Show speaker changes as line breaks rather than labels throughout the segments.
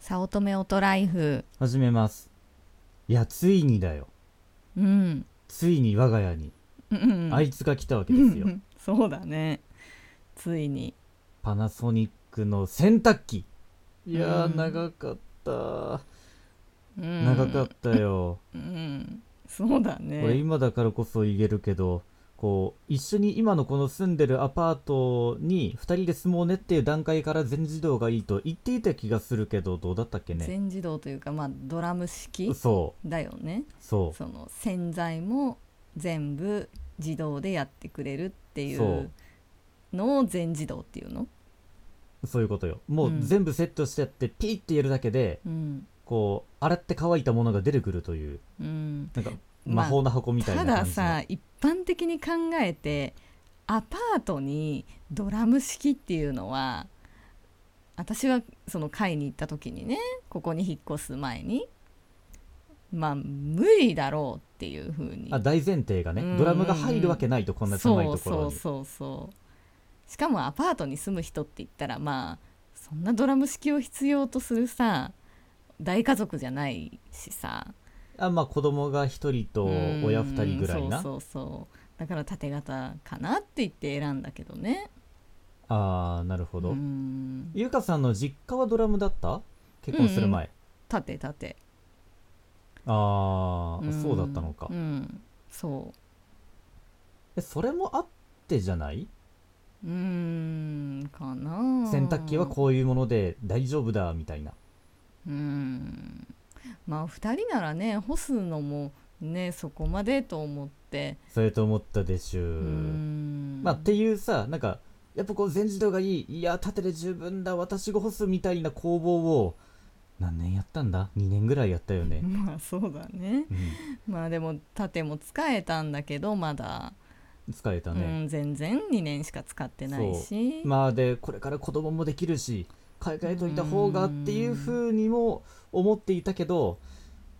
早乙女オトライフ
始めますいやついにだよ
うん
ついに我が家に、
うんうん
あいつが来たわけですよ
そうだねついに
パナソニックの洗濯機いやー、
うん
長かった
うん
長かったよ、
うんそうだ
これ
ね
今だからこそ言えるけどこう一緒に今のこの住んでるアパートに2人で住もうねっていう段階から全自動がいいと言っていた気がするけどどうだったっけね
全自動というかまあドラム式
そ
だよね
うそう
その洗剤も全部自動でやってくれるってい
そう
うのを全自動っていうの
そういうことよもううん全部セットしてやってピーってやるだけで、
うん、
こう洗って乾いたものが出てくるという
うん、
なんか
ま
魔
あ
法の箱みたい
た
な感
だ
じの、
さ一般的に考えてアパートにドラム式っていうのは私はその買いに行った時にねここに引っ越す前にまあ無理だろうっていうふうに
あ大前提が
うんうんう
ね
ん
ドラムが入るわけないとこんな狭いところに
そうそうそうそうしかもアパートに住む人って言ったらまあそんなドラム式を必要とするさ大家族じゃないしさ
あまあ子供が1人と親2人ぐらいな
うんそうそうそうだから縦型かなって言って選んだけどね
ああなるほど、
うん
ゆうかさんの実家はドラムだった結婚する前、
縦縦
ああ、
ん
そうだったのか、
うんそ
えそれもあってじゃないう
うんかな
洗濯機はこういうもので大丈夫だみたいな
うんまあ2人ならね干すのもねそこまでと思って
それと思ったでしゅ
うん
まあっていうさなんかやっぱこう全自動がいいいや縦で十分だ私が干すみたいな工房を何年やったんだ2年ぐらいやったよね、
まあそうだね
う
まあでも縦も使えたんだけどまだ、
ん、疲れた
う
ね、
ん、全然2年しか使ってないし
まあでこれから子供もできるし買い替えといた方がっていうふうにも思っていたけど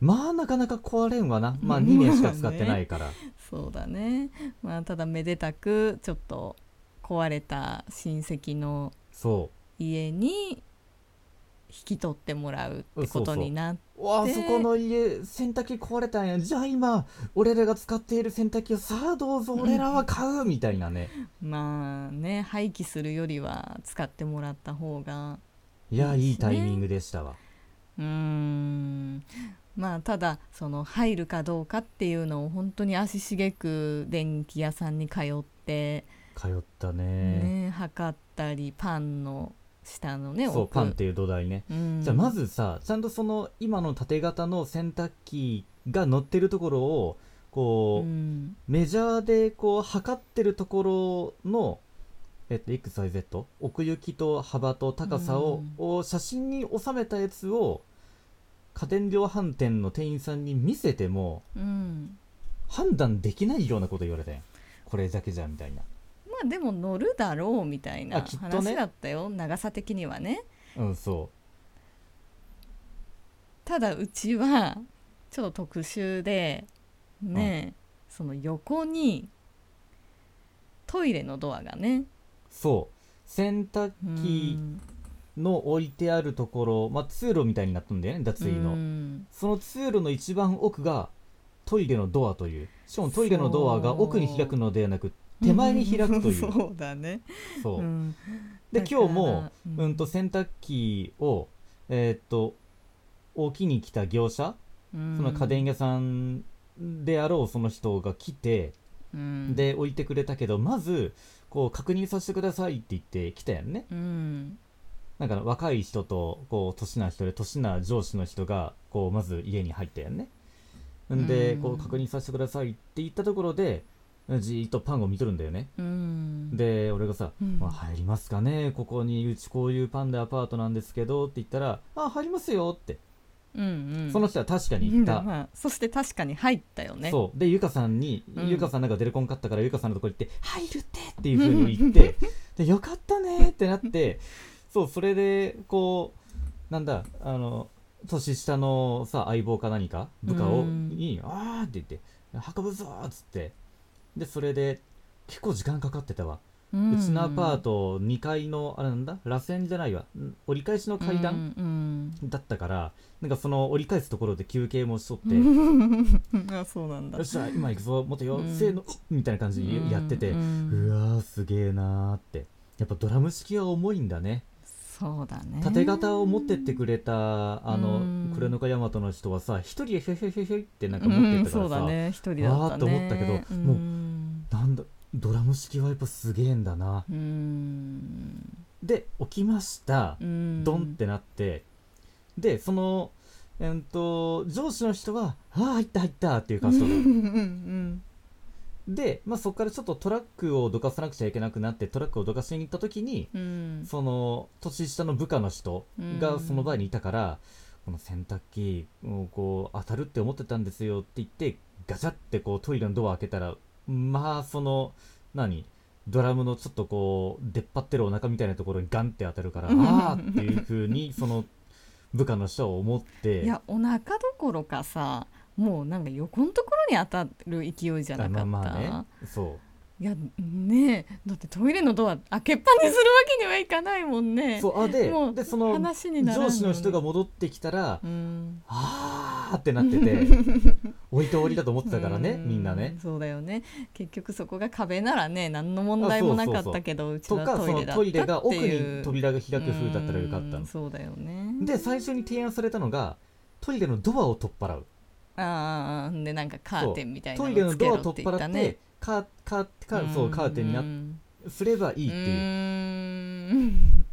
まあなかなか壊れんわなまあ
うん
2年しか使ってない から、
そうだねまあただめでたくちょっと壊れた親戚の
そ
家に引き取ってもらうってことになっ
うわあ
で
そこの家洗濯機壊れたんやじゃあ今俺らが使っている洗濯機をさあどうぞ俺らは買うみたいなね
まあね廃棄するよりは使ってもらった方が
いやい
い
い
いです
タ
ね
イミングでしたわ
うーんまあただその入るかどうかっていうのを本当に足しげく電気屋さんに通って、
通ったね
ね測ったりパンの下のね
そう
奥
パンっていう土台ね
うん
じゃあまずさちゃんとその今の縦型の洗濯機が乗ってるところを
う
こう、
ん
メジャーでこう測ってるところの、えっと、XYZ 奥行きと幅と高さを,を、写真に収めたやつを家電量販店の店員さんに見せても
うん
判断できないようなこと言われたんよこれだけじゃみたいな、
まあでも乗るだろうみたい
あ
な
きっとね
話だったよ、長さ的にはね
うん、そう
ただうちはちょっと特殊でね、その横にトイレのドアがね
そう洗濯機
うん
の置いてあるところ、まあ、通路みたいになったんだよね脱衣
う
の、
ん
その通路の一番奥がトイレのドアというしかもトイレのドアが奥に開くのではなく手前に開くという
そうだね、
そう、
うん
で
だから
今日も、
うん
うん、と洗濯機をえーっと置きに来た業者
うん
その家電屋さんであろうその人が来て、
うん
で置いてくれたけどまずこう確認させてくださいって言って来たやんね
うん
なんか若い人とこう年な人で年な上司の人がこうまず家に入ったよねんで
うん
こう確認させてくださいって言ったところでじーっとパンを見とるんだよね
うん
で俺がさ「
うん
まあ、入りますかねここにうちこういうパンでアパートなんですけど」って言ったら「あ入りますよ」って
うんうん
その人は確かに言った、
うんまあそして確かに入ったよね
そうでゆかさんに、
うん
ゆかさんなんか出るコン買ったからゆかさんのとこ行って「入るって!」っていうふうに言ってでよかったねってな ってそうそれでこうなんだあの年下のさ相棒か何か部下を
うん
に「あー」って言って「運ぶぞ!」っつってでそれで結構時間かかってたわ
うん
うちのアパート2階のあれなんだ螺旋じゃないわん折り返しの階段
うん
だったから、なんかその折り返すところで休憩もしとって、
うん
よ
うん、あそう なんだ
っしゃ今行くぞ持てよ、
うん
せーのうっみたいな感じでやってて、
う
うんわーすげえなーってやっぱドラム式は重いんだね
そうだね
縦型を持ってってくれたあの
うん
黒猫大和の人はさ一人でひょひょひょひょってなんか持ってった
う
か
ん、そう
ら
だ
さ、
ね一人だったね
わーっと思ったけどもうなんだドラム式はやっぱすげえんだな
ううん
で起きました、
うん
ドンってなってでそのえーっと上司の人は「ああ入った入った」っていう感想
う
で
んうん
で、まあ、そこからちょっとトラックをどかさなくちゃいけなくなってトラックをどかしに行った時に
うんうん
その年下の部下の人
うん
がその場にいたから、この洗濯機をこう当たるって思ってたんですよって言ってガチャってこうトイレのドア開けたらまあその何ドラムのちょっとこう出っ張ってるお腹みたいなところにガンって当たるからああっていう風にその部下の人は思って
いやお腹どころかさもうなんか横のところに当たる勢いじゃなかった、
あまあまあねそう
いやねえだってトイレのドア開けっぱにするわけにはいかないもんね
そうあで
もう
でその
話にならんよ
上
ね
司の人が戻ってきたら
うん
ああってなって て置いて終わりだと思ってたからね
う
みんなね
そうだよね結局そこが壁ならね何の問題もなかったけどう
とかその
ちの
ト
ト
イ
イレ
レ
だった
が
っ
奥
ていう
に扉が開く風だったらよかった
う
の
んそうだよね
で最初に提案されたのがトイレのドアを取っ払う
ああでなんかカーテンみたいな
トイレの
つけ
ド
ろ
アを取っ払っ
言
て
たね
カーカーカーそうカーテンにな
っ
すればい
て
いっていう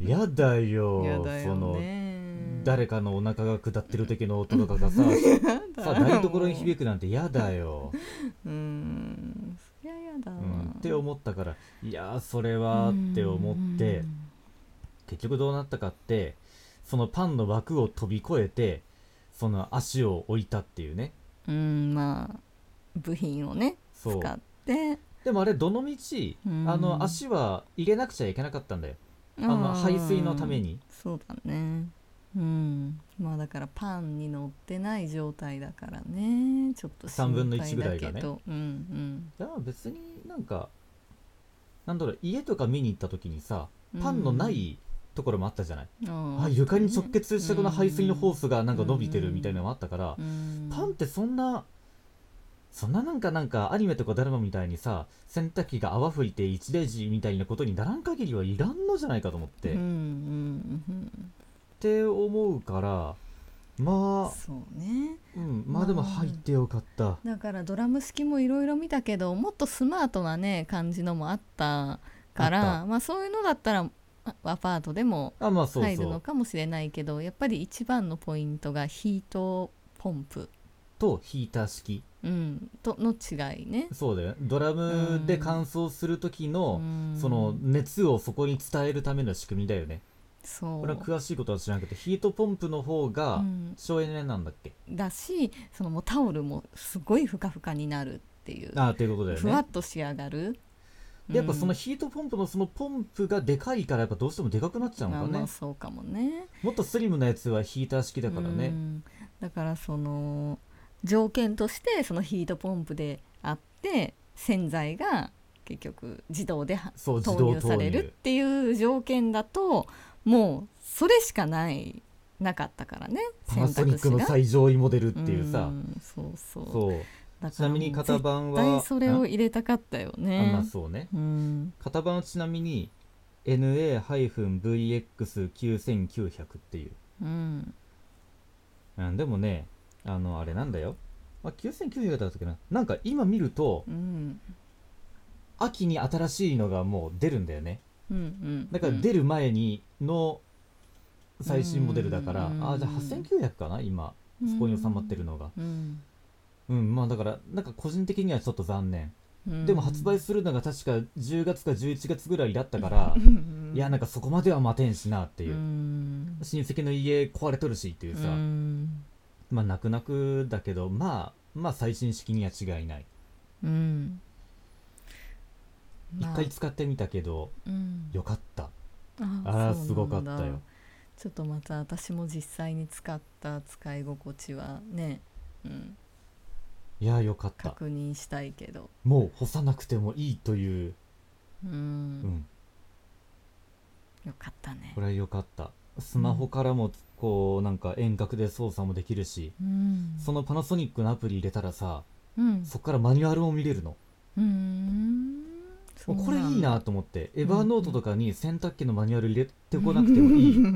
い
やだよ
やだよ
その
ね
誰かのお腹が下ってる時の音とか がささ台所に響くなんてやだよ、
くうんそりゃやだ
う
わ
ん、って思ったからいやーそれはーって思って、結局どうなったかってそのパンの枠を飛び越えてその足を置いたっていうね
うんうんまあ部品をね使
そう
って
でもあれどの道
うん
あの足は入れなくちゃいけなかったんだよあの排水のため
に
に
そうだねうんまあだからパンに乗ってない状態だからねちょっと
3分の
心配
1ぐらいがね
だけどうん
いや別になんかなんだろう家とか見に行った時にさ
うん
パンのないところもあったじゃない、
うん
あ
あ
床に直結したこの排水のホースがなんか伸びてるみたいなのもあったから、
うん
パンってそんなそんななんかなんかアニメとかドラマみたいにさ洗濯機が泡吹いて一大事みたいなことにならん限りはいらんのじゃないかと思って、
うんう
っ
んうん
て思うから
う
ま
んそうね
あ、うん、まあでも入ってよかった、
だからドラム式もいろいろ見たけどもっとスマートなね感じのもあったから
あっ
まあそういうのだったらあアパートでも
あまあそう
入
そ
るの
う
かもしれないけどやっぱり一番のポイントがヒートポンプ、
とヒーター式
うん、との違いね。
そうだよドラムで乾燥する時の、
うん
その熱をそこに伝えるための仕組みだよね
そう
これは詳しいことは知らなくてヒートポンプの方
う
が
ん
省エネなんだっけ、
だしそのもうタオルもすごいふかふかになるっていう、
ああっていうことだよね
ふわっと仕上がる。
でやっぱその
うん
ヒートポンプのそのポンプがでかいからやっぱどうしてもでかくなっちゃうの
まあ
か
ま
ね
あそうかもね。
もっとスリムなやつはヒーター式だから
う
ね
んだからその条件としてそのヒートポンプであって洗剤が結局自動では
そう自
投
動
入さ
投
れる
入
っていう条件だともうそれしかないなかったからね
パナソニック
選択
の
肢が
最上位モデルっていうさ
んそうそう
そう
だ
ちなみに型
絶
番は
対それを
ん
入れたかったよ
あ
ね
まあそうね
うん
型番はちなみに NA-VX9900 っていう、
うん
うん、でもねあのあれなんだよあ9900だったっけななんか今見ると
うん
秋に新しいのがもう出るんだよね
うんうん
だから出る前にの最新モデルだから、
うん
ああじゃあ8900かな今そこに収まってるのが
うん
うん、まあだからなんか個人的にはちょっと残念、
うん
でも発売するのが確か10月か11月ぐらいだったから
う、ん
いやなんかそこまでは待てんしなっていう、
うん
親戚の家壊れとるしっていうさ、
うん
まあ泣く泣くだけどまあまあ最新式には違いない
うん
一、
まあ
回使ってみたけど
うん
よかった
あ
あ
あ
あすごかったよ
ちょっとまた私も実際に使った使い心地はね、うん、
いやよかった
確認したいけど
もう干さなくてもいいという
うん、
うん、
よかったね
これは良かったスマホからもこうなんか遠隔で操作もできるし、
うん
そのパナソニックのアプリ入れたらさ
うん
そこからマニュアルも見れるの
うんそう
これいいなと思ってエ
ん
ヴ
だ
ァーノートとかに洗濯機のマニュアル入れてこなくても
うん
いい
うんう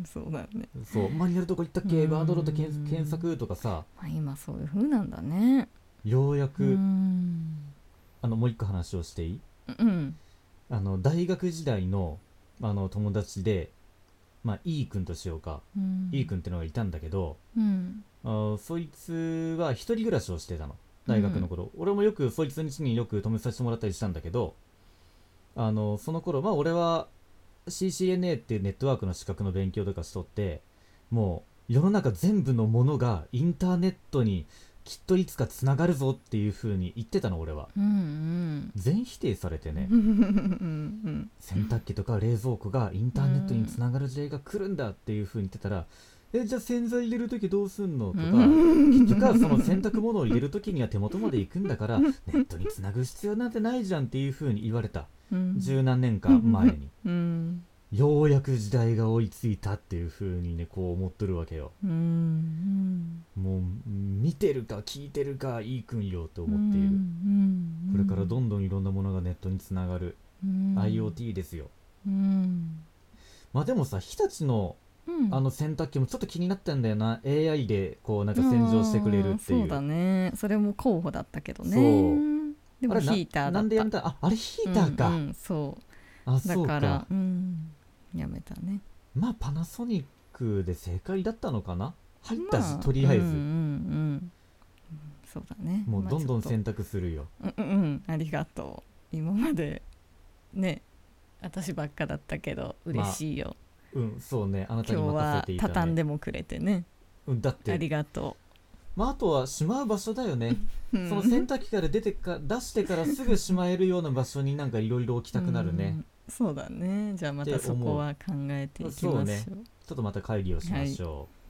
んそうだね、
そうマニュアルどこ行ったっけエヴァーノートと検検索とかさ
まあ、今そういう風なんだね
ようや
う
く、
ん
あのもう一個話をしていい
うん
あの大学時代のあの友達で、まあ、E 君としようか、
うん、
E 君ってのがいたんだけど
うん
あーそいつは一人暮らしをしてたの大学の頃、俺もよくそいつの家によく泊めさせてもらったりしたんだけどあのその頃まあ俺は CCNA っていうネットワークの資格の勉強とかしとってもう世の中全部のものがインターネットにきっといつかつながるぞっていう風に言ってたの俺は
うんうん
全否定されてね
うんうん
洗濯機とか冷蔵庫がインターネットにつながる時代が来るんだっていう風に言ってたら「えじゃあ洗剤入れる時どうすんの?」とか結局はその洗濯物を入れる時には手元まで行くんだからネットにつなぐ必要なんてないじゃんっていう風に言われた
うん
十何年か前に
うん
ようやく時代が追いついたっていう風にねこう思っとるわけよ
うんうん
もう見てるか聞いてるかいいくんよと思ってい
うん
る
うん
これからど
ん
んどんいろんなものがネットにつながる
うん
IoT ですよ
うん
まあでもさ日立の
うん
あの洗濯機もちょっと気になったんだよな AI でこうなんか洗浄してくれ
あ
るってい
ーそう
う
だねそれも候補だったけどね
そう
でも
あれ
ヒ
な
ーターだった
なんでやめたああれヒーターか、
うんうんそ
あ
うだ
そう
か
から
うんやめたね
まあパナソニックで正解だったのかな入ったし、
ま
とりあえず、
うんうんうんそうだね
もうどん
ま
どん
あちょっ
洗濯するよ、
とうんうんありがとう今までね私ばっかだったけど嬉しいよ、
うんそうねあなたに
今日
任せ
は
ていた、ね、
畳んでもくれてね
うんだっ
あ
て
りがと
まああとはしまう場所だよね、
う、
その洗濯機から出てか出してからすぐしまえるような場所になんかいろいろ置きたくなるね、
うんそうだねじゃあまたそこは考えていきましょう
そうねちょっとまた会議をしましょう